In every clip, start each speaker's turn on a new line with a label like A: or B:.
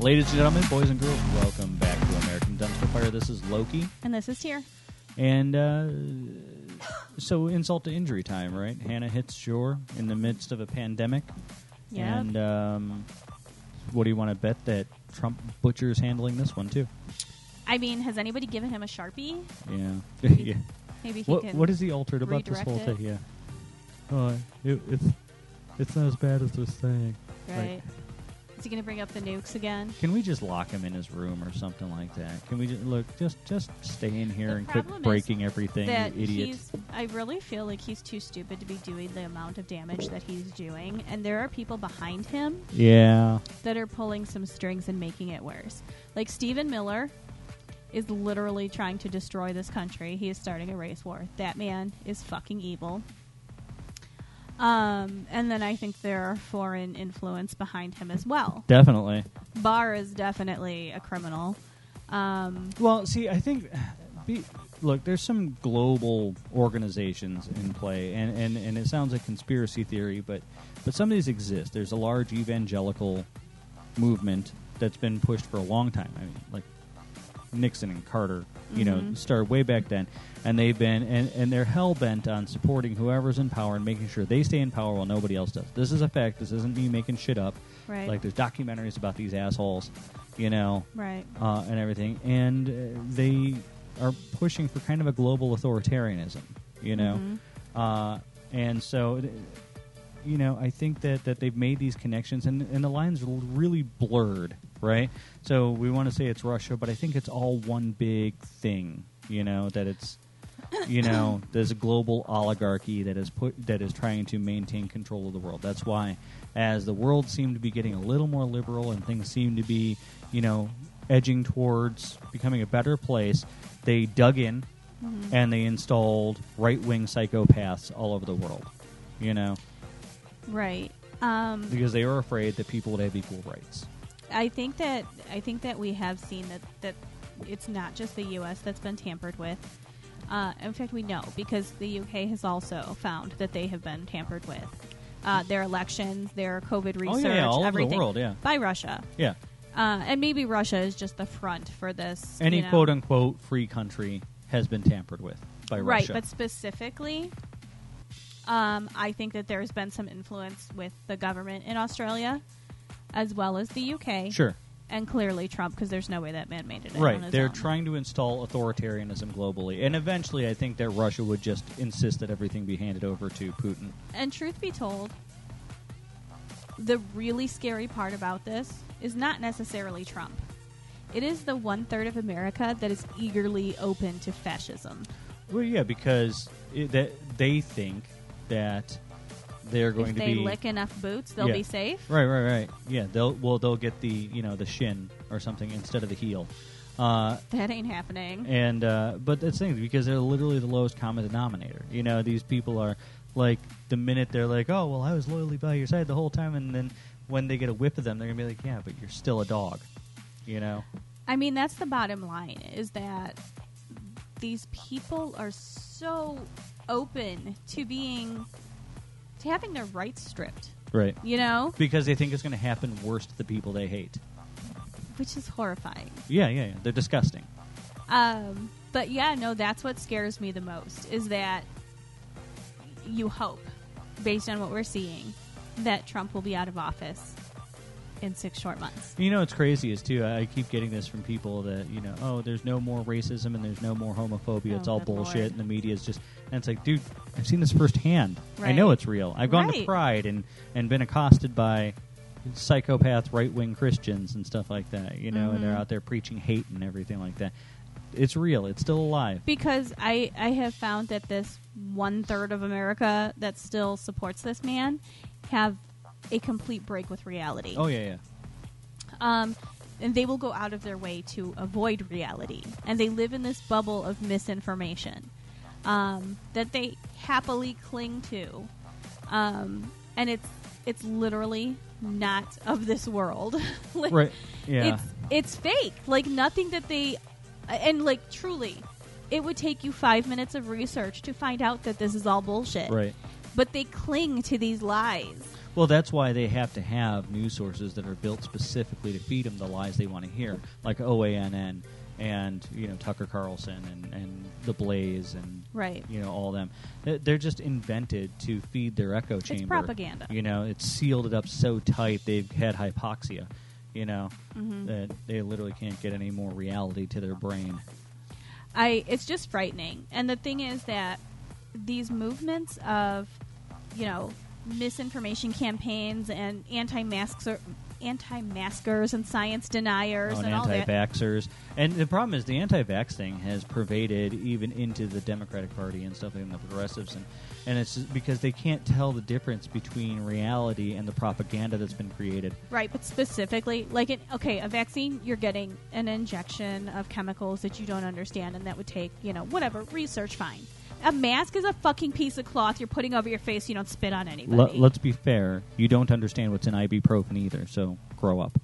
A: Ladies and gentlemen, boys and girls, welcome back to American Dumpster Fire. This is Loki,
B: And this is Tier.
A: and uh, so insult to injury time, right? Hannah hits shore in the midst of a pandemic,
B: Yeah.
A: and um, what do you want to bet that Trump butchers handling this one too?
B: I mean, has anybody given him a sharpie?
A: Yeah, yeah.
B: Maybe he
A: What
B: can.
A: what is he altered about this
B: redirect
A: whole
B: it.
A: thing? Yeah,
C: Oh, it, it's it's not as bad as they're saying.
B: right? is he going to bring up the nukes again?
A: can we just lock him in his room or something like that? Can we just look? Just just stay in here
B: The
A: and quit
B: problem is
A: breaking everything,
B: That
A: you idiot.
B: he's. I really feel like he's too stupid to be doing the amount of damage that he's doing, and there are people behind him
A: yeah.
B: that are pulling some strings and making it worse. Like Stephen Miller is literally trying to destroy this country. He is starting a race war. That man is fucking evil. Um, and then I think there are foreign influence behind him as well.
A: Definitely.
B: Barr is definitely a criminal. Um,
A: Well, see, I think, be, look, there's some global organizations in play, and, and, and it sounds like conspiracy theory, but, but some of these exist. There's a large evangelical movement that's been pushed for a long time. I mean, like Nixon and Carter, you know,
B: Mhm.
A: started way back then, and they've been and, and they're hell bent on supporting whoever's in power and making sure they stay in power while nobody else does. This is a fact. This isn't me making shit up.
B: Right.
A: Like there's documentaries about these assholes, you know
B: right.
A: uh, and everything, and uh, they are pushing for kind of a global authoritarianism, you know. Uh, and so, it- you know, I think that, that they've made these connections, and, and the lines are really blurred, right? So we want to say it's Russia, but I think it's all one big thing, you know, that it's. You know, there's a global oligarchy that is put that is trying to maintain control of the world. That's why, as the world seemed to be getting a little more liberal and things seemed to be, you know, edging towards becoming a better place, they dug in
B: Mm-hmm.
A: and they installed right wing psychopaths all over the world. You know,
B: Right. Um,
A: because they were afraid that people would have equal rights.
B: I think that I think that we have seen that that it's not just the U.S. that's been tampered with. Uh, in fact, we know because the U.K. has also found that they have been tampered with. Uh, their elections, their COVID
A: Oh, yeah,
B: research,
A: all over the
B: everything
A: world, yeah.
B: by Russia,
A: Yeah.
B: uh, and maybe Russia is just the front for this.
A: Any
B: you know.
A: quote unquote free country has been tampered with by
B: right,
A: Russia.
B: but specifically, um, I think that there's been some influence with the government in Australia, as well as the UK.
A: sure.
B: and clearly Trump because there's no way that man made it. in on
A: Right.
B: his
A: They're
B: own.
A: trying to install authoritarianism globally. And eventually, I think that Russia would just insist that everything be handed over to Putin.
B: And truth be told, the really scary part about this is not necessarily Trump. It is the one third of America that is eagerly open to fascism.
A: Well, yeah, because it, that they think that they're going
B: if
A: to
B: they
A: be
B: lick enough boots, they'll
A: Yeah.
B: be safe.
A: Right, right, right. Yeah, they'll well they'll get the you know the shin or something instead of the heel, uh,
B: That ain't happening.
A: and uh, but that's the thing because they're literally the lowest common denominator. You know, these people are like the minute they're like, oh well, I was loyally by your side the whole time, and then when they get a whip of them, they're gonna be like, yeah, but you're still a dog. You know,
B: I mean, that's the bottom line is that these people are so open to being to having their rights stripped.
A: right?
B: You know,
A: Because they think it's gonna happen worse to the people they hate.
B: which is horrifying.
A: Yeah, yeah, yeah. They're disgusting.
B: Um, but yeah, no, that's what scares me the most is that you hope, based on what we're seeing, that Trump will be out of office in six short months.
A: You know what's crazy is too. I I keep getting this from people that you know, oh, there's no more racism and there's no more homophobia. it's
B: Oh,
A: all
B: good
A: bullshit,
B: lord.
A: and the media is just. And it's like, dude, I've seen this firsthand. I know
B: Right.
A: it's real. I've gone to
B: Right.
A: Pride and and been accosted by psychopath right wing Christians and stuff like that. You know, and they're
B: Mhm.
A: out there preaching hate and everything like that. It's real. It's still alive.
B: Because I, I have found that this one third of America that still supports this man have a complete break with reality.
A: Oh yeah, yeah.
B: um, and they will go out of their way to avoid reality and they live in this bubble of misinformation um, that they happily cling to um, and it's it's literally not of this world like,
A: Right. Yeah.
B: it's it's fake like nothing that they and like truly it would take you five minutes of research to find out that this is all bullshit
A: Right.
B: but they cling to these lies
A: Well, that's why they have to have news sources that are built specifically to feed them the lies they want to hear, like OANN and you know Tucker Carlson and, and the Blaze and
B: Right.
A: you know all them. They- They're just invented to feed their echo chamber.
B: propaganda.
A: You know, it's sealed it up so tight they've had hypoxia. You know
B: Mhm.
A: that they literally can't get any more reality to their brain.
B: I it's just frightening. And the thing is that these movements of you know misinformation campaigns and anti-masker anti-maskers and science deniers
A: on
B: and all that.
A: anti-vaxxers. And the problem is the anti-vax thing has pervaded even into the Democratic Party and stuff and the progressives, and and it's just because they can't tell the difference between reality and the propaganda that's been created.
B: Right, but specifically, like, an, okay, a vaccine, you're getting an injection of chemicals that you don't understand, and that would take, you know, whatever, research, fine. A mask is a fucking piece of cloth you're putting over your face, you don't spit on
A: Le-
B: anybody.
A: let's be fair, you don't understand what's in ibuprofen either, so grow up.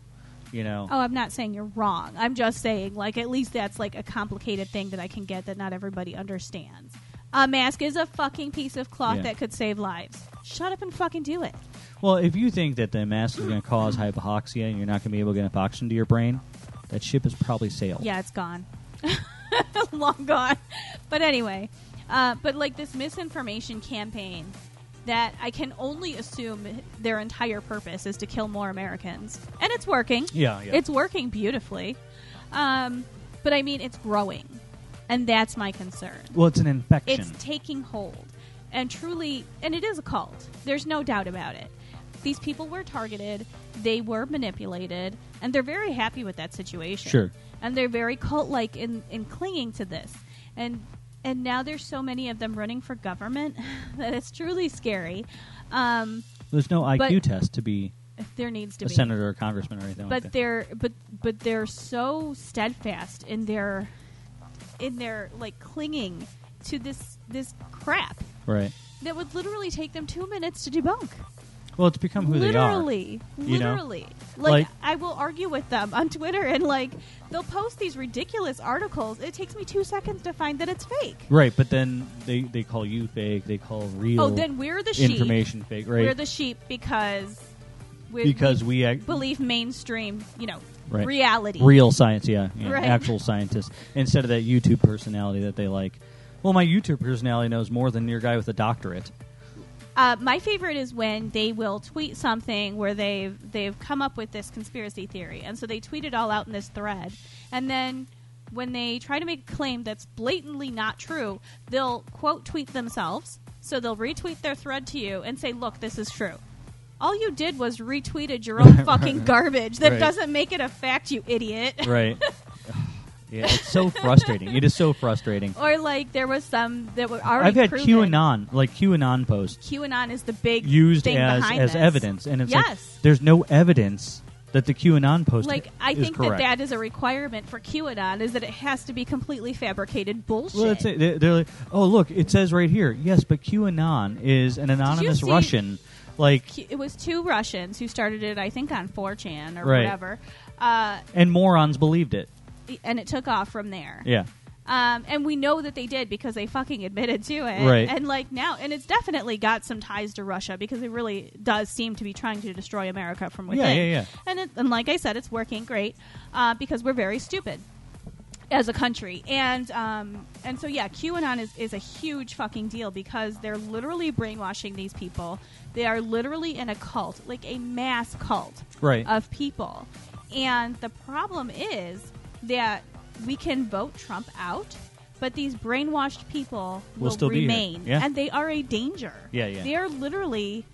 A: You know,
B: oh, I'm not saying you're wrong. I'm just saying, like, at least that's, like, a complicated thing that I can get that not everybody understands. A mask is a fucking piece of cloth
A: Yeah.
B: that could save lives. Shut up and fucking do it.
A: well, if you think that the mask is going to cause hypoxia and you're not going to be able to get oxygen to your brain, that ship is probably sailed.
B: Yeah, it's gone. Long gone. But anyway, uh, but like this misinformation campaign that I can only assume their entire purpose is to kill more Americans. And it's working.
A: yeah, yeah.
B: It's working beautifully. Um, but I mean, it's growing. And that's my concern.
A: well, it's an infection.
B: It's taking hold. And truly, and it is a cult. There's no doubt about it. These people were targeted, they were manipulated, and they're very happy with that situation.
A: Sure.
B: And they're very cult like in, in clinging to this. And and now there's so many of them running for government that it's truly scary. Um,
A: There's no IQ
B: but-
A: test to be
B: there needs to
A: a
B: be
A: senator or congressman or anything like
B: but
A: that.
B: they're but but they're so steadfast in their in their like clinging to this this crap
A: Right.
B: that would literally take them two minutes to debunk.
A: Well, it's become who
B: literally,
A: you know?
B: literally. Like,
A: Like-
B: I will argue with them on Twitter, and like they'll post these ridiculous articles. It takes me two seconds to find that it's fake.
A: they are. Right, but then they, they call you fake. They call real
B: Oh, then we're the sheep.
A: information fake, right?
B: We're the sheep because we
A: because we, ac-
B: we believe mainstream, you know,
A: Right.
B: reality.
A: real science, yeah, yeah,
B: Right.
A: actual scientists instead of that YouTube personality that they like. Well, my YouTube personality knows more than your guy with a doctorate.
B: Uh, my favorite is when they will tweet something where they've they've come up with this conspiracy theory, and so they tweet it all out in this thread, and then when they try to make a claim that's blatantly not true, they'll quote tweet themselves. So they'll retweet their thread to you and say, "Look, this is true." All you did was retweeted your own fucking garbage. That
A: Right.
B: doesn't make it a fact, you idiot.
A: Right. yeah, it's so frustrating. It is so frustrating.
B: Or like there was some that were already.
A: I've had
B: proven.
A: QAnon, like QAnon posts
B: QAnon is the big
A: used
B: thing
A: as
B: behind
A: as
B: this.
A: evidence, and it's like
B: Yes.
A: there's no evidence that the QAnon post
B: like I
A: is
B: think
A: correct.
B: that that is a requirement for QAnon is that it has to be completely fabricated bullshit.
A: Well, that's it. They- They're like, oh, look, it says right here. Yes, but QAnon is an anonymous
B: see-
A: Russian. Like,
B: Q- It was two Russians who started it, I think, on 4chan or
A: Right.
B: whatever, uh,
A: and morons believed it.
B: and it took off from there.
A: Yeah.
B: Um, and we know that they did because they fucking admitted to it.
A: Right.
B: And like now, and it's definitely got some ties to Russia because it really does seem to be trying to destroy America from
A: Yeah,
B: within.
A: yeah, yeah.
B: And it, and like I said, it's working great uh, because we're very stupid as a country. And um, and so yeah, QAnon is is a huge fucking deal because they're literally brainwashing these people. They are literally in a cult, like a mass cult
A: Right.
B: of people. And the problem is that we can vote Trump out, but these brainwashed people
A: Will
B: will,
A: still be here.
B: remain.
A: Yeah.
B: And they are a danger.
A: Yeah, yeah.
B: They are literally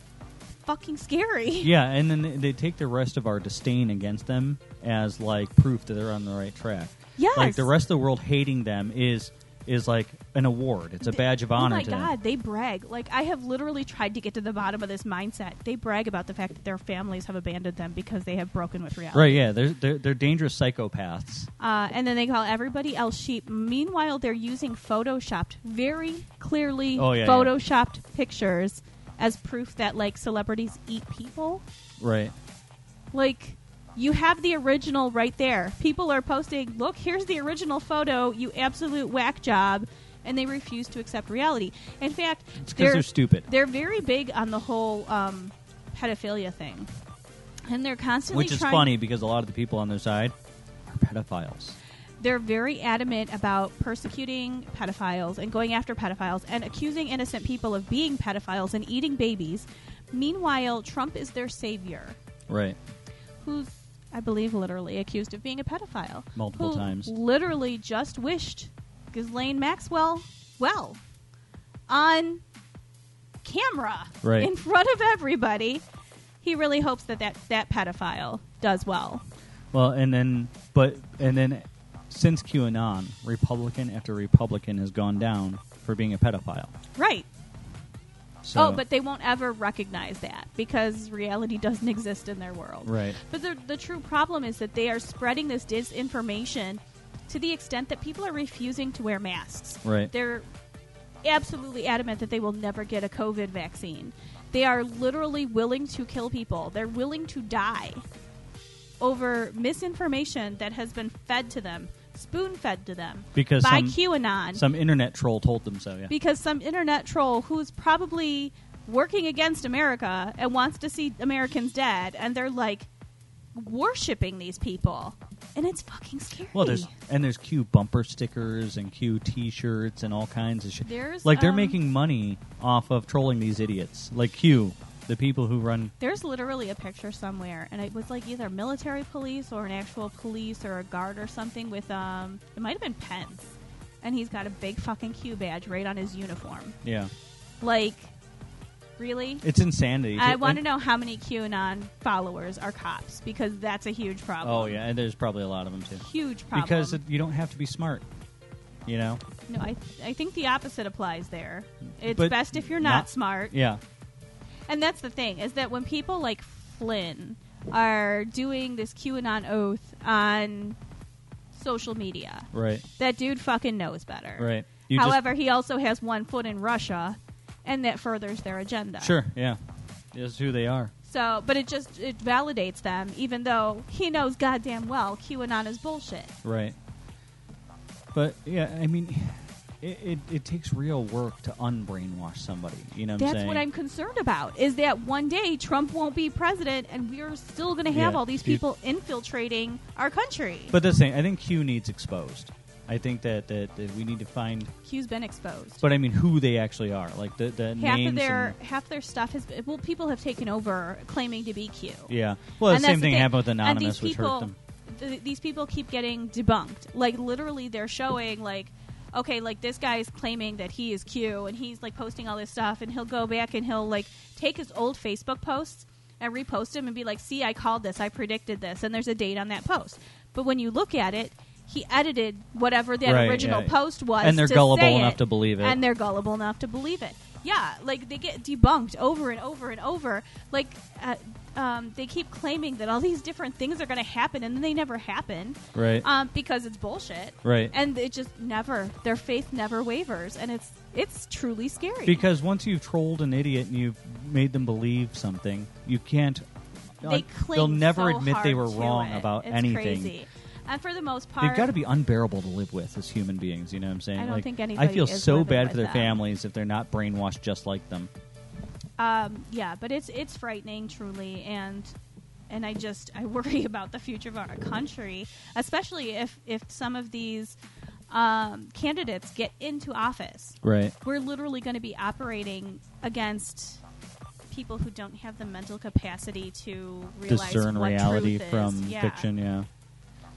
B: fucking scary.
A: yeah, and then they- they take the rest of our disdain against them as like proof that they're on the right track.
B: Yes.
A: Like the rest of the world hating them is is like an award. It's a badge of honor
B: Oh my
A: to
B: god,
A: them.
B: they brag. Like I have literally tried to get to the bottom of this mindset. They brag about the fact that their families have abandoned them because they have broken with reality.
A: Right, yeah, they're, they're they're dangerous psychopaths.
B: Uh, and then they call everybody else sheep. Meanwhile, they're using photoshopped, very clearly
A: Oh, yeah,
B: photoshopped pictures as proof that like celebrities eat people.
A: Right.
B: Like you have the original right there. People are posting, "Look, here's the original photo. You absolute whack job." And they refuse to accept reality. In fact,
A: It's because
B: they're
A: they're stupid.
B: they're very big on the whole um, pedophilia thing, and they're constantly
A: Which is
B: trying-
A: funny because a lot of the people on their side are pedophiles.
B: They're very adamant about persecuting pedophiles and going after pedophiles and accusing innocent people of being pedophiles and eating babies. Meanwhile, Trump is their savior,
A: Right.
B: who's I believe literally accused of being a pedophile
A: Multiple
B: who
A: times.
B: Literally just wished Ghislaine Maxwell well on camera
A: Right.
B: in front of everybody. He really hopes that that, that pedophile does well.
A: Well, and then, but, and then since QAnon, Republican after Republican has gone down for being a pedophile.
B: Right.
A: So,
B: Oh, but they won't ever recognize that because reality doesn't exist in their world.
A: Right.
B: But the, the true problem is that they are spreading this disinformation to the extent that people are refusing to wear masks.
A: Right.
B: They're absolutely adamant that they will never get a COVID vaccine. They are literally willing to kill people, they're willing to die over misinformation that has been fed to them, spoon fed to them
A: Because
B: by
A: some-
B: QAnon
A: Some internet troll told them so, yeah.
B: because some internet troll who's probably working against America and wants to see Americans dead, and they're like worshiping these people, and it's fucking scary.
A: Well, there's and there's Q bumper stickers and Q T-shirts and all kinds of shit.
B: There's,
A: like they're
B: um,
A: making money off of trolling these idiots, like Q, the people who run.
B: there's literally a picture somewhere, and it was like either military police or an actual police or a guard or something with um, it might have been Pence, and he's got a big fucking Q badge right on his uniform.
A: Yeah,
B: Like, really?
A: it's insanity.
B: I
A: It-
B: want to
A: and-
B: know how many QAnon followers are cops because that's a huge problem.
A: Oh yeah, and there's probably a lot of them too.
B: huge problem.
A: Because it, you don't have to be smart, you know.
B: no, I I think the opposite applies there. It's
A: But
B: best if you're not,
A: not-
B: smart.
A: Yeah,
B: And that's the thing is that when people like Flynn are doing this QAnon oath on social media,
A: right,
B: that dude fucking knows better.
A: right. You just-
B: However, he also has one foot in Russia, and that furthers their agenda.
A: sure, yeah, that's who they are.
B: So, but it just it validates them, even though he knows goddamn well QAnon is bullshit.
A: Right. But yeah, I mean, it, it, it takes real work to unbrainwash somebody. You know what I'm
B: That's
A: saying?
B: what I'm concerned about. Is that one day Trump won't be president, and we're still going to have
A: Yeah,
B: all these
A: dude.
B: people infiltrating our country.
A: But that's the thing. I think Q needs exposed. I think that, that, that we need to find.
B: Q's been exposed.
A: But I mean, who they actually are, like the the
B: half
A: names.
B: of their
A: and-
B: half their stuff has been, well, people have taken over claiming to be Q.
A: yeah. Well, the
B: And that's
A: same thing happened with
B: And
A: Anonymous,
B: these
A: which
B: people-
A: hurt them.
B: th- these people keep getting debunked. Like literally, they're showing like, okay, like this guy is claiming that he is Q, and he's like posting all this stuff, and he'll go back and he'll like take his old Facebook posts and repost them and be like, see, I called this, I predicted this, and there's a date on that post. But when you look at it. He edited whatever that
A: Right,
B: original
A: yeah.
B: post was,
A: And they're
B: to
A: gullible
B: say
A: enough
B: it,
A: to believe it.
B: and they're gullible enough to believe it. Yeah, like they get debunked over and over and over. Like uh, um, they keep claiming that all these different things are going to happen, and then they never happen
A: Right.
B: um, because it's bullshit.
A: Right.
B: And it just never their faith never wavers, and it's it's truly scary.
A: because once you've trolled an idiot and you've made them believe something, you can't.
B: they cling
A: will never
B: so
A: admit they
B: hard
A: were
B: to
A: wrong
B: it.
A: about
B: It's
A: anything.
B: Crazy. And for the most part,
A: They've got to be unbearable to live with as human beings. You know what I'm saying?
B: I don't
A: like,
B: think
A: I
B: anybody
A: feel
B: is
A: so
B: living
A: bad
B: with
A: for their
B: them.
A: families if they're not brainwashed just like them.
B: Um, yeah, but it's it's frightening, truly, and and I just I worry about the future of our country, especially if if some of these um, candidates get into office.
A: Right.
B: We're literally going to be operating against people who don't have the mental capacity to realize
A: Discern
B: what
A: reality
B: truth is.
A: from
B: Yeah.
A: fiction. Yeah.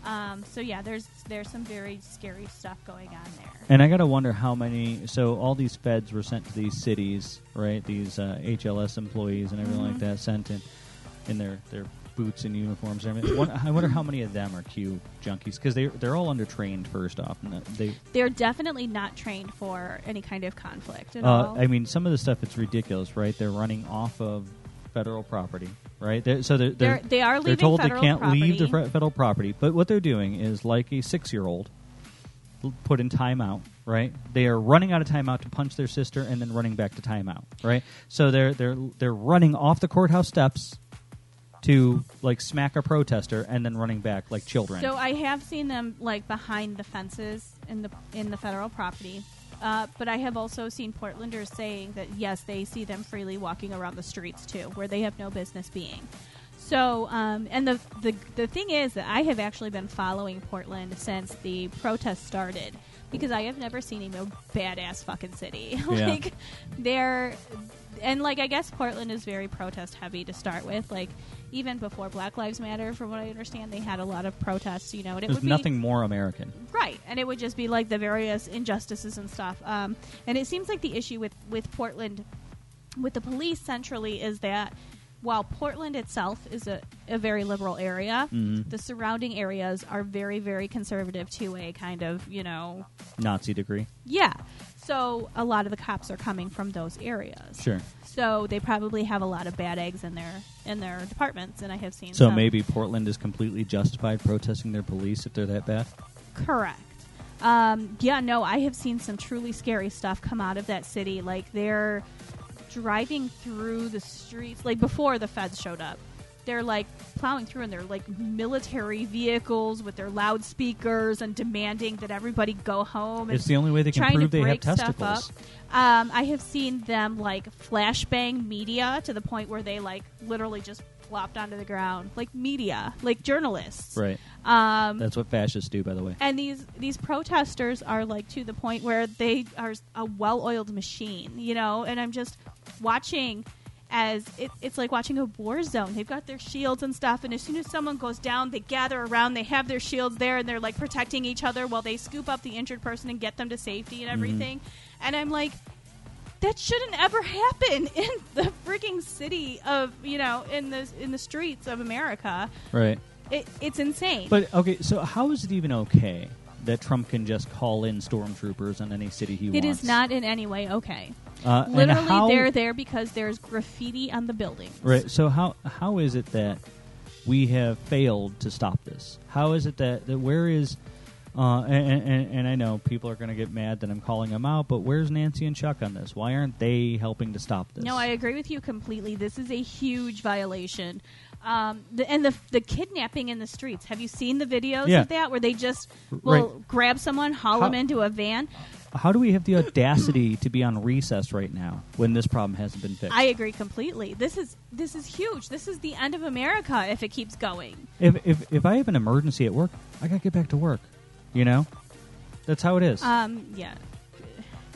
B: Um, so yeah, there's there's some very scary stuff going on there.
A: And I gotta wonder how many. So all these feds were sent to these cities, right? These uh, HLS employees and everything like
B: Mhm.
A: that sent in in their their boots and uniforms. And everything. One- I wonder how many of them are Q junkies because they they're all undertrained first off. And they,
B: They're definitely not trained for any kind of conflict at
A: uh,
B: all.
A: I mean, some of the stuff it's ridiculous, right? They're running off of federal property, right? They're, so they're,
B: They're-
A: they're
B: they are
A: they're
B: leaving
A: told they
B: federal
A: can't leave the
B: property.
A: fe- federal property. But what they're doing is like a six year old put in timeout, right? They are running out of timeout to punch their sister and then running back to timeout, right? So they're they're they're running off the courthouse steps to like smack a protester and then running back like children.
B: So I have seen them like behind the fences in the in the federal property, uh, but I have also seen Portlanders saying that yes, they see them freely walking around the streets too, where they have no business being. So, um, and the, the the thing is that I have actually been following Portland since the protests started because I have never seen a more badass fucking city.
A: Yeah.
B: like they're and like I guess Portland is very protest heavy to start with. Like even before Black Lives Matter, from what I understand, they had a lot of protests. You know, and it
A: There's
B: would be
A: nothing more American.
B: right, and it would just be like the various injustices and stuff. Um, and it seems like the issue with with Portland, with the police centrally, is that while Portland itself is a, a very liberal area,
A: Mhm.
B: the surrounding areas are very very conservative to a kind of you know
A: Nazi degree.
B: yeah. So a lot of the cops are coming from those areas.
A: Sure.
B: So they probably have a lot of bad eggs in their in their departments, and I have seen.
A: So
B: some.
A: maybe Portland is completely justified protesting their police if they're that bad.
B: correct. Um, yeah, no, I have seen some truly scary stuff come out of that city. Like they're driving through the streets, like before the feds showed up. They're like plowing through, and they're like military vehicles with their loudspeakers and demanding that everybody go home. And
A: It's the only way they can
B: trying
A: prove
B: to
A: they have
B: break
A: testicles.
B: stuff up. Um, I have seen them like flashbang media to the point where they like literally just flopped onto the ground, like media, like journalists.
A: Right.
B: Um,
A: That's what fascists do, by the way.
B: and these these protesters are like to the point where they are a well-oiled machine, you know. And I'm just watching as it, it's like watching a war zone. They've got their shields and stuff, and as soon as someone goes down, they gather around. They have their shields there, and they're like protecting each other while they scoop up the injured person and get them to safety and everything. And I'm like. That shouldn't ever happen in the freaking city of you know in the in the streets of America.
A: Right.
B: It, it's insane.
A: But okay, so how is it even okay that Trump can just call in stormtroopers on any city he
B: It
A: wants?
B: is not in any way okay.
A: Uh, and
B: Literally,
A: how-
B: they're there because there's graffiti on the buildings.
A: Right. So how how is it that we have failed to stop this? How is it that, that where is uh, and, and, and I know people are going to get mad that I'm calling them out, but where's Nancy and Chuck on this? Why aren't they helping to stop this?
B: No, I agree with you completely. This is a huge violation. Um, the, and the the kidnapping in the streets. Have you seen the videos
A: Yeah.
B: of that where they just will
A: Right.
B: grab someone, haul
A: How-
B: them into a van?
A: How do we have the audacity to be on recess right now when this problem hasn't been fixed?
B: I agree completely. This is this is huge. This is the end of America if it keeps going.
A: if, if if I have an emergency at work, I got to get back to work. You know, that's how it is.
B: Um, yeah.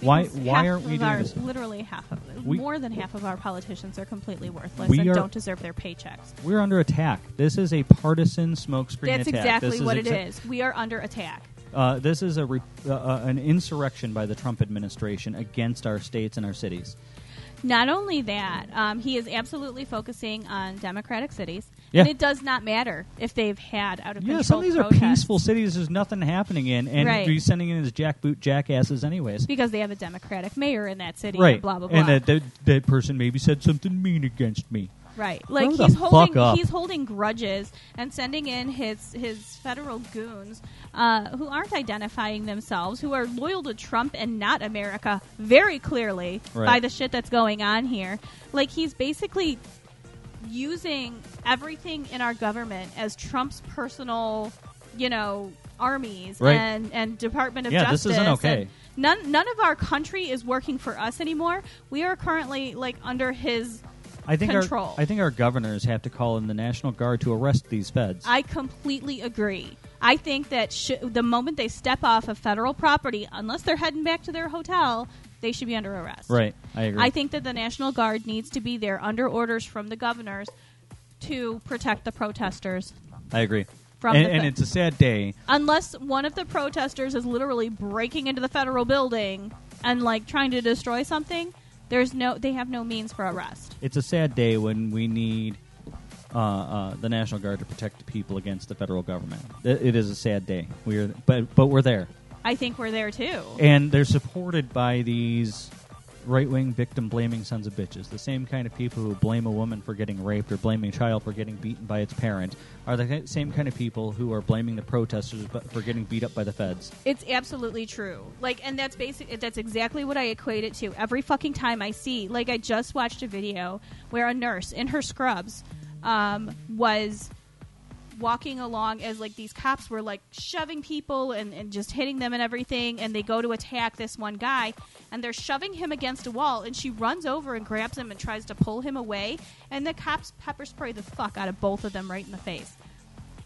A: Why-
B: Because
A: why
B: half
A: aren't we
B: of
A: doing
B: our-
A: this?
B: Literally half of
A: We-
B: more than half of our politicians are completely worthless
A: We
B: and
A: are-
B: don't deserve their paychecks.
A: We're under attack. This is a partisan smokescreen
B: That's
A: attack.
B: exactly
A: This
B: what
A: is
B: it
A: exa-
B: is. We are under attack.
A: Uh, this is a re- uh, uh, an insurrection by the Trump administration against our states and our cities.
B: Not only that, um, he is absolutely focusing on Democratic cities,
A: Yeah.
B: and it does not matter if they've had out of
A: Yeah,
B: control
A: some of these
B: protests
A: are peaceful cities. There's nothing happening in, and
B: Right.
A: he's sending in his jackboot jackasses anyways.
B: because they have a Democratic mayor in that city.
A: right,
B: and Blah blah blah.
A: and that, that that person maybe said something mean against me.
B: right. Like
A: the
B: he's
A: fuck
B: holding
A: up.
B: he's holding grudges and sending in his his federal goons uh, who aren't identifying themselves, who are loyal to Trump and not America, very clearly
A: Right.
B: by the shit that's going on here. Like he's basically using everything in our government as Trump's personal, you know, armies
A: Right.
B: and and Department of
A: Yeah, this
B: Justice.
A: isn't okay.
B: and None none of our country is working for us anymore. We are currently like under his.
A: I think
B: Control.
A: our I think our governors have to call in the National Guard to arrest these feds.
B: I completely agree. I think that sh- the moment they step off of federal property, unless they're heading back to their hotel, they should be under arrest.
A: right, I agree.
B: I think that the National Guard needs to be there under orders from the governors to protect the protesters
A: I agree.
B: From
A: and,
B: the
A: and
B: fe-
A: it's a sad day.
B: unless one of the protesters is literally breaking into the federal building and like trying to destroy something there's no they have no means for arrest
A: It's a sad day when we need uh, uh, the National Guard to protect the people against the federal government. It, it is a sad day. We are, but but we're there,
B: i think we're there too
A: and they're supported by these right-wing victim-blaming sons of bitches. The same kind of people who blame a woman for getting raped or blame a child for getting beaten by its parent are the ki- same kind of people who are blaming the protesters bu- for getting beat up by the feds.
B: it's absolutely true like and that's basic that's exactly what i equate it to every fucking time i see like i just watched a video where a nurse in her scrubs um, was walking along as like these cops were like shoving people and, and just hitting them and everything and they go to attack this one guy and they're shoving him against a wall and she runs over and grabs him and tries to pull him away and the cops pepper spray the fuck out of both of them right in the face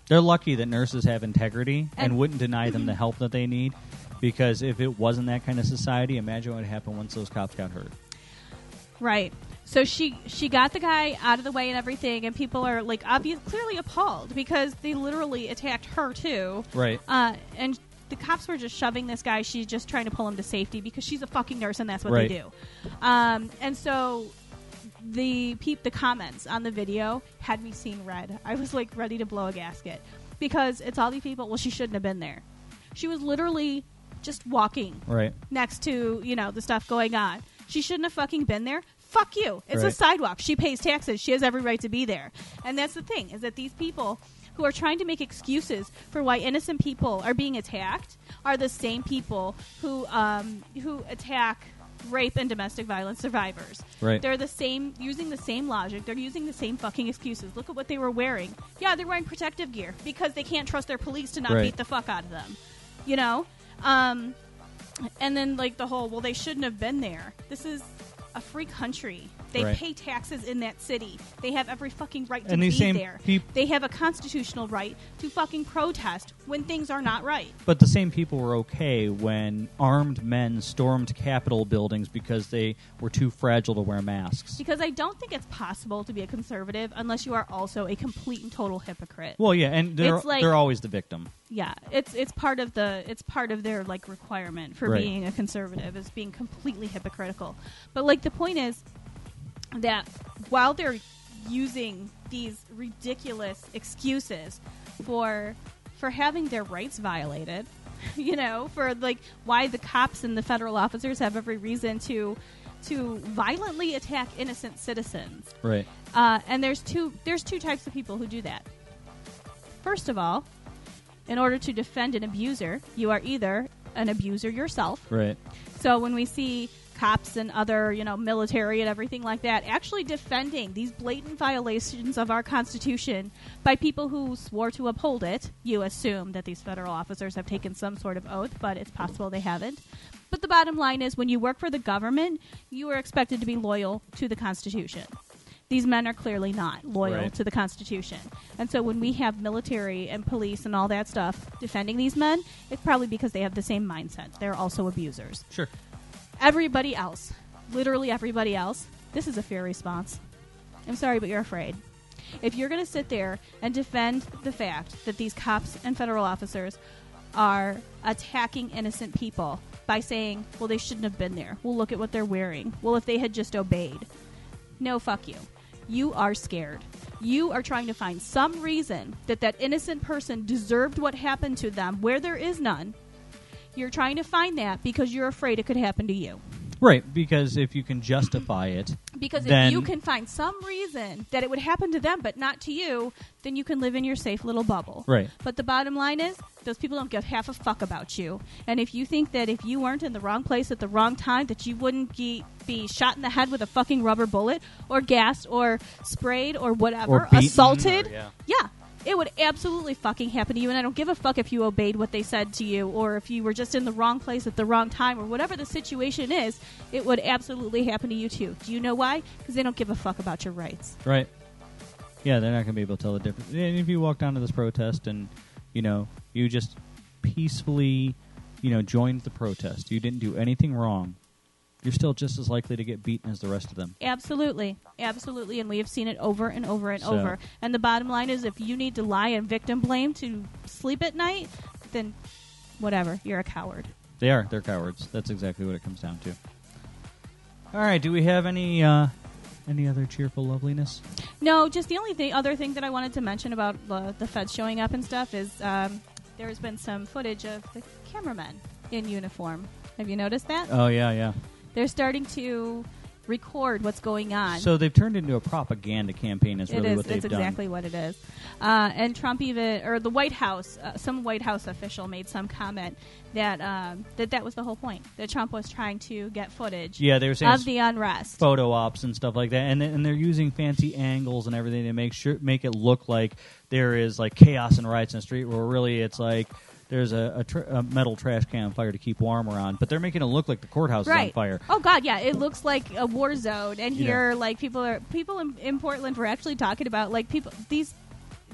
A: They're lucky that nurses have integrity and,
B: And- Mm-hmm.
A: wouldn't deny them the help that they need, because if it wasn't that kind of society, imagine what would happen once those cops got hurt.
B: Right. So she she got the guy out of the way and everything, and people are like obvious, clearly appalled because they literally attacked her too.
A: Right.
B: Uh, and the cops were just shoving this guy. She's just trying to pull him to safety because she's a fucking nurse and that's what
A: Right.
B: they do. Um, and so the peep the comments on the video had me seeing red. I was like ready to blow a gasket because it's all these people. Well, she shouldn't have been there. She was literally just walking
A: Right.
B: next to you know the stuff going on. She shouldn't have fucking been there. Fuck you. It's a
A: Right.
B: sidewalk. She pays taxes. She has every right to be there. And that's the thing is that these people who are trying to make excuses for why innocent people are being attacked are the same people who um, who attack rape and domestic violence survivors.
A: Right.
B: They're the same using the same logic. They're using the same fucking excuses. Look at what they were wearing. Yeah, they're wearing protective gear because they can't trust their police to not
A: Right.
B: beat the fuck out of them. You know? Um and then like the whole well they shouldn't have been there this is a free country they
A: Right.
B: pay taxes in that city they have every fucking right to
A: And
B: be
A: these same
B: there
A: peop-
B: they have a constitutional right to fucking protest when things are not right
A: But the same people were okay when armed men stormed Capitol buildings because they were too fragile to wear masks.
B: because i don't think it's possible to be a conservative unless you are also a complete and total hypocrite
A: Well, yeah, and they're
B: It's like-
A: they're always the victim.
B: yeah it's it's part of the it's part of their like requirement for
A: Right.
B: being a conservative is being completely hypocritical but like the point is that while they're using these ridiculous excuses for for having their rights violated you know for like why the cops and the federal officers have every reason to to violently attack innocent citizens
A: Right.
B: uh, and there's two there's two types of people who do that. First of all, in order to defend an abuser, you are either an abuser yourself.
A: Right.
B: So when we see cops and other, you know, military and everything like that actually defending these blatant violations of our constitution by people who swore to uphold it, you assume that these federal officers have taken some sort of oath, but it's possible they haven't. But the bottom line is when you work for the government, you are expected to be loyal to the constitution these men are clearly not loyal
A: Right.
B: to the Constitution. And so when we have military and police and all that stuff defending these men, it's probably because they have the same mindset. They're also abusers.
A: Sure.
B: Everybody else, literally everybody else, this is a fair response. I'm sorry, but you're afraid. If you're going to sit there and defend the fact that these cops and federal officers are attacking innocent people by saying, well, they shouldn't have been there. Well, look at what they're wearing. Well, if they had just obeyed. No, fuck you. You are scared. You are trying to find some reason that that innocent person deserved what happened to them where there is none. You're trying to find that because you're afraid it could happen to you.
A: Right. Because if you can justify it,
B: Because
A: Then-
B: if you can find some reason that it would happen to them but not to you, then you can live in your safe little bubble.
A: Right.
B: But the bottom line is, those people don't give half a fuck about you. And if you think that if you weren't in the wrong place at the wrong time, that you wouldn't ge- be shot in the head with a fucking rubber bullet or gassed or sprayed or whatever,
A: Or beaten,
B: assaulted,
A: or- yeah.
B: yeah, it would absolutely fucking happen to you. And I don't give a fuck if you obeyed what they said to you or if you were just in the wrong place at the wrong time or whatever the situation is, it would absolutely happen to you too. Do you know why? Because they don't give a fuck about your rights.
A: Right. Yeah, they're not going to be able to tell the difference. And if you walk down to this protest and, you know, you just peacefully, you know, joined the protest, you didn't do anything wrong, you're still just as likely to get beaten as the rest of them.
B: Absolutely. Absolutely. And we have seen it over and over and
A: So-
B: over. And the bottom line is if you need to lie and victim blame to sleep at night, then whatever. You're a coward.
A: They are. They're cowards. That's exactly what it comes down to. All right. Do we have any uh, any other cheerful loveliness?
B: No, just the only thing, other thing that I wanted to mention about the, the feds showing up and stuff is um, there has been some footage of the
A: Uh.
B: cameramen in uniform. Have you noticed that?
A: Oh yeah, yeah.
B: They're starting to record what's going on.
A: So they've turned into a propaganda campaign. Is
B: It
A: really
B: is.
A: what they've
B: That's
A: done.
B: exactly what it is. Uh, and Trump even, or the White House, uh, some White House official made some comment that um, that that was the whole point. That Trump was trying to get footage
A: Yeah, they were saying
B: of the unrest.
A: photo ops and stuff like that, and and they're using fancy angles and everything to make sure make it look like there is like chaos and riots in the street, where really it's like there's a, a, tr- a metal trash can on fire to keep warm around, but they're making it look like the courthouse is
B: Right.
A: on fire.
B: Oh God, yeah. It looks like a war zone, and
A: You know.
B: here, like people are people in, in Portland were actually talking about like people these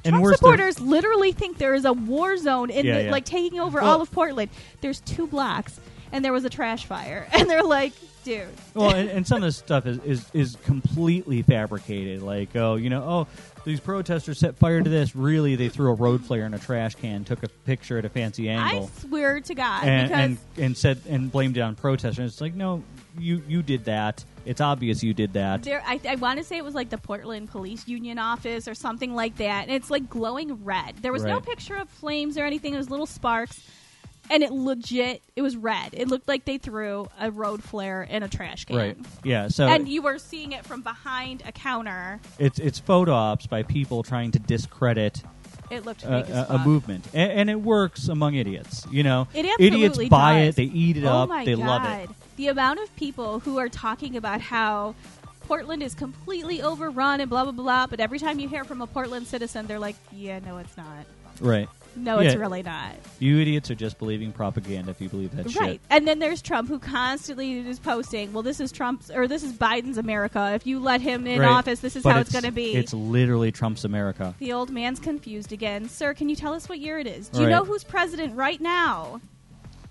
A: And
B: Trump
A: worse,
B: supporters literally think there is a war zone in
A: Yeah,
B: the,
A: yeah.
B: like taking over
A: Well-
B: all of Portland. There's two blocks, and there was a trash fire, and they're like, dude.
A: well, and, and some of this stuff is, is is completely fabricated. Like, oh, you know, oh, these protesters set fire to this. Really, they threw a road flare in a trash can, took a picture at a fancy
B: I
A: angle,
B: swear to God,
A: and,
B: because
A: and and said and blamed it on protesters. It's like, no, you you did that. It's obvious you did that.
B: There, I, I want to say it was like the Portland Police Union office or something like that, and it's like glowing red. There was no
A: Right.
B: picture of flames or anything. It was little sparks, and it legit it was red. It looked like they threw a road flare in a trash can.
A: Right. Uh, Yeah. So
B: And you were seeing it from behind a counter.
A: it's it's photo ops by people trying to discredit
B: It looked
A: a,
B: fake as
A: a, a
B: fuck.
A: movement, and, and it works among idiots. You know,
B: It
A: idiots
B: absolutely
A: buy
B: does.
A: it, they eat it
B: oh
A: up,
B: my
A: they
B: God.
A: love it.
B: The amount of people who are talking about how Portland is completely overrun and blah blah blah, but every time you hear from a Portland citizen, they're like, "Yeah, no, it's not.
A: Right.
B: No, it's
A: Yeah.
B: really not."
A: You idiots are just believing propaganda if you believe that
B: Right.
A: shit.
B: And then there's Trump who constantly is posting, well, this is Trump's or this is Biden's America. If you let him in
A: Right.
B: office, this is
A: But
B: how it's, going to be.
A: It's literally Trump's America.
B: the old man's confused again. Sir, can you tell us what year it is? Do you
A: Right.
B: know who's president right now?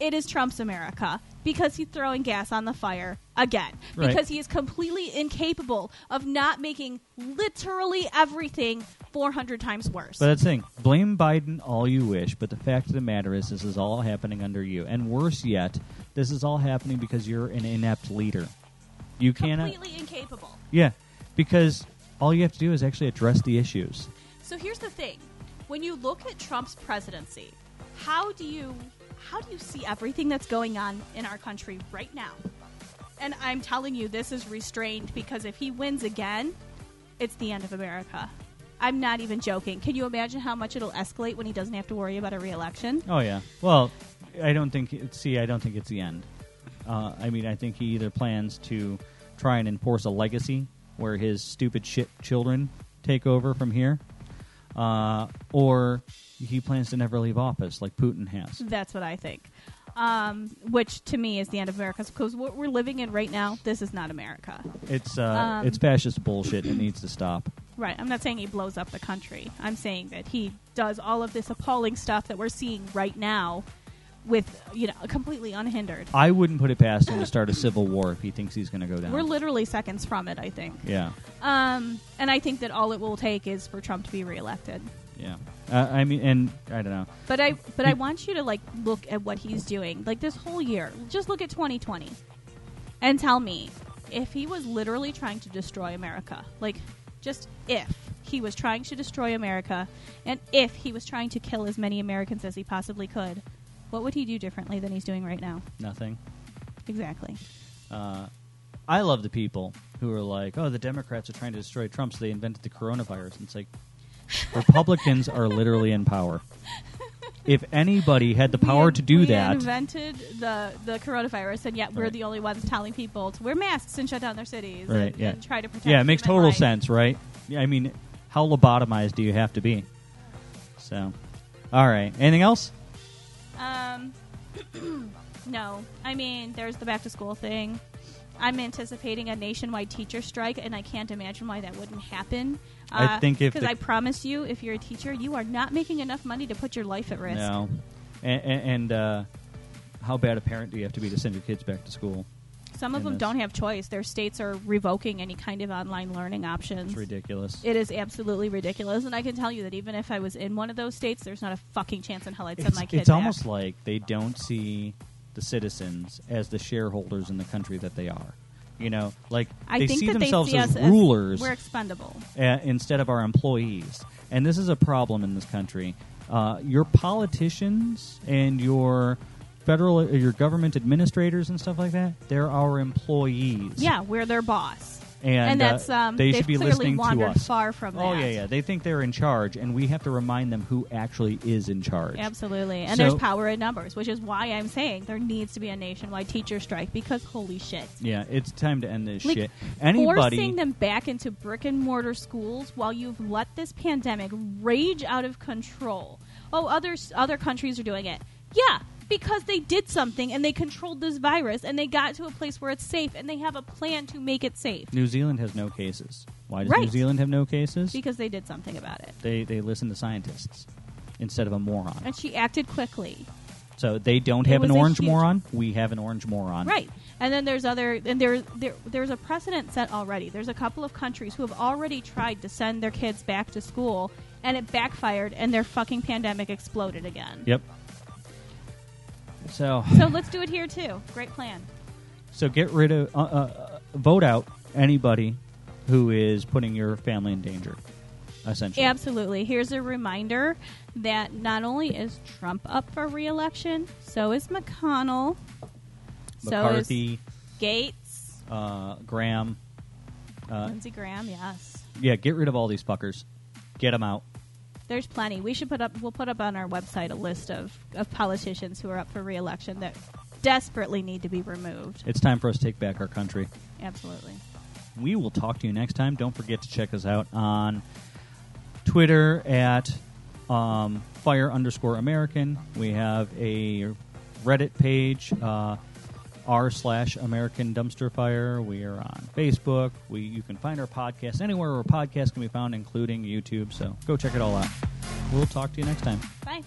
B: It is Trump's America because he's throwing gas on the fire again.
A: Right.
B: Because he is completely incapable of not making literally everything 400 times worse.
A: But that's the thing. Blame Biden all you wish, but the fact of the matter is, this is all happening under you. And worse yet, this is all happening because you're an inept leader. You cannot.
B: completely incapable.
A: Yeah, because all you have to do is actually address the issues.
B: So here's the thing: when you look at Trump's presidency, how do you how do you see everything that's going on in our country right now? And I'm telling you, this is restrained because if he wins again, it's the end of America. I'm not even joking. Can you imagine how much it'll escalate when he doesn't have to worry about a reelection?
A: Oh yeah. Well, I don't think. It, see, I don't think it's the end. Uh, I mean, I think he either plans to try and enforce a legacy where his stupid shit children take over from here, uh, or he plans to never leave office like Putin has.
B: That's what I think. Um, which to me is the end of America because what we're living in right now, this is not America.
A: It's uh,
B: Um,
A: it's fascist bullshit. It needs to stop.
B: Right. I'm not saying he blows up the country. I'm saying that he does all of this appalling stuff that we're seeing right now with, you know, completely unhindered.
A: I wouldn't put it past him to start a civil war if he thinks he's going to go down.
B: We're literally seconds from it, I think.
A: yeah.
B: Um, and I think that all it will take is for Trump to be reelected.
A: Yeah. Uh, I mean, and I don't know.
B: But I but I
A: He-
B: want you to like look at what he's doing. Like this whole year. Just look at 2020 and tell me if he was literally trying to destroy America. Like just if he was trying to destroy America and if he was trying to kill as many Americans as he possibly could, what would he do differently than he's doing right now?
A: Nothing.
B: Exactly.
A: Uh, I love the people who are like, "Oh, the Democrats are trying to destroy Trump, so they invented the coronavirus." And it's like Republicans are literally in power. If anybody had the power
B: We-
A: to do
B: we
A: that,
B: invented the the coronavirus and yet we're
A: Right.
B: the only ones telling people to wear masks and shut down their cities
A: Right,
B: and,
A: yeah.
B: and try to protect
A: yeah, it makes
B: human
A: total
B: life.
A: sense, right? Yeah, I mean, how lobotomized do you have to be? So, all right, anything else?
B: Um, no. I mean, there's the back to school thing. I'm anticipating a nationwide teacher strike, and I can't imagine why that wouldn't happen.
A: I think if
B: because
A: the-
B: I promise you, if you're a teacher, you are not making enough money to put your life at risk.
A: No, and, and uh, how bad a parent do you have to be to send your kids back to school?
B: Some of them
A: Goodness.
B: don't have choice. Their states are revoking any kind of online learning options.
A: It's ridiculous.
B: It is absolutely ridiculous, and I can tell you that even if I was in one of those states, there's not a fucking chance in hell I'd send
A: it's,
B: my kid.
A: it's
B: back.
A: almost like they don't see the citizens as the shareholders in the country that they are. You know, like
B: I
A: they
B: think
A: see
B: that
A: themselves
B: they see
A: as
B: us
A: rulers
B: We're expendable.
A: uh, instead of our employees, and this is a problem in this country. Uh, your politicians and your federal, uh, your government administrators and stuff like that, they're our employees.
B: Yeah, we're their boss,
A: and,
B: and,
A: uh,
B: that's um,
A: they
B: have
A: should be
B: clearly
A: listening to
B: wandered
A: us.
B: far from that.
A: oh yeah, yeah. They think they're in charge, and we have to remind them who actually is in charge.
B: Absolutely. And
A: So-
B: there's power in numbers, which is why I'm saying there needs to be a nationwide teacher strike because holy shit.
A: Yeah, it's time to end this
B: Like,
A: shit. Anybody
B: Forcing them back into brick and mortar schools while you've let this pandemic rage out of control. Oh, other other countries are doing it. Yeah, because they did something and they controlled this virus and they got to a place where it's safe and they have a plan to make it safe
A: New Zealand has no cases. Why does New
B: Right.
A: Zealand have no cases?
B: because they did something about it.
A: they they listen to scientists instead of a moron.
B: And she acted quickly.
A: So they don't
B: It
A: have an
B: was a
A: orange
B: huge-
A: moron. We have an orange moron.
B: Right. And then there's other and there, there there's a precedent set already. There's a couple of countries who have already tried to send their kids back to school and it backfired and their fucking pandemic exploded again.
A: Yep. So
B: So let's do it here too. Great plan.
A: so get rid of uh, uh, uh, vote out anybody who is putting your family in danger. Essentially.
B: Absolutely. Here's a reminder that not only is Trump up for re-election, so is McConnell, so
A: McCarthy,
B: is Gates,
A: uh, Graham. Uh,
B: Lindsey Graham, yes.
A: yeah, get rid of all these fuckers. Get them out.
B: There's plenty. We should put up. We'll put up on our website a list of, of politicians who are up for reelection that desperately need to be removed.
A: It's time for us to take back our country.
B: Absolutely.
A: We will talk to you next time. Don't forget to check us out on Twitter at um, fire underscore American. We have a Reddit page, uh, r slash American Dumpster Fire. We are on Facebook. We you can find our podcast anywhere where podcasts can be found, including YouTube. So go check it all out. We'll talk to you next time.
B: Bye.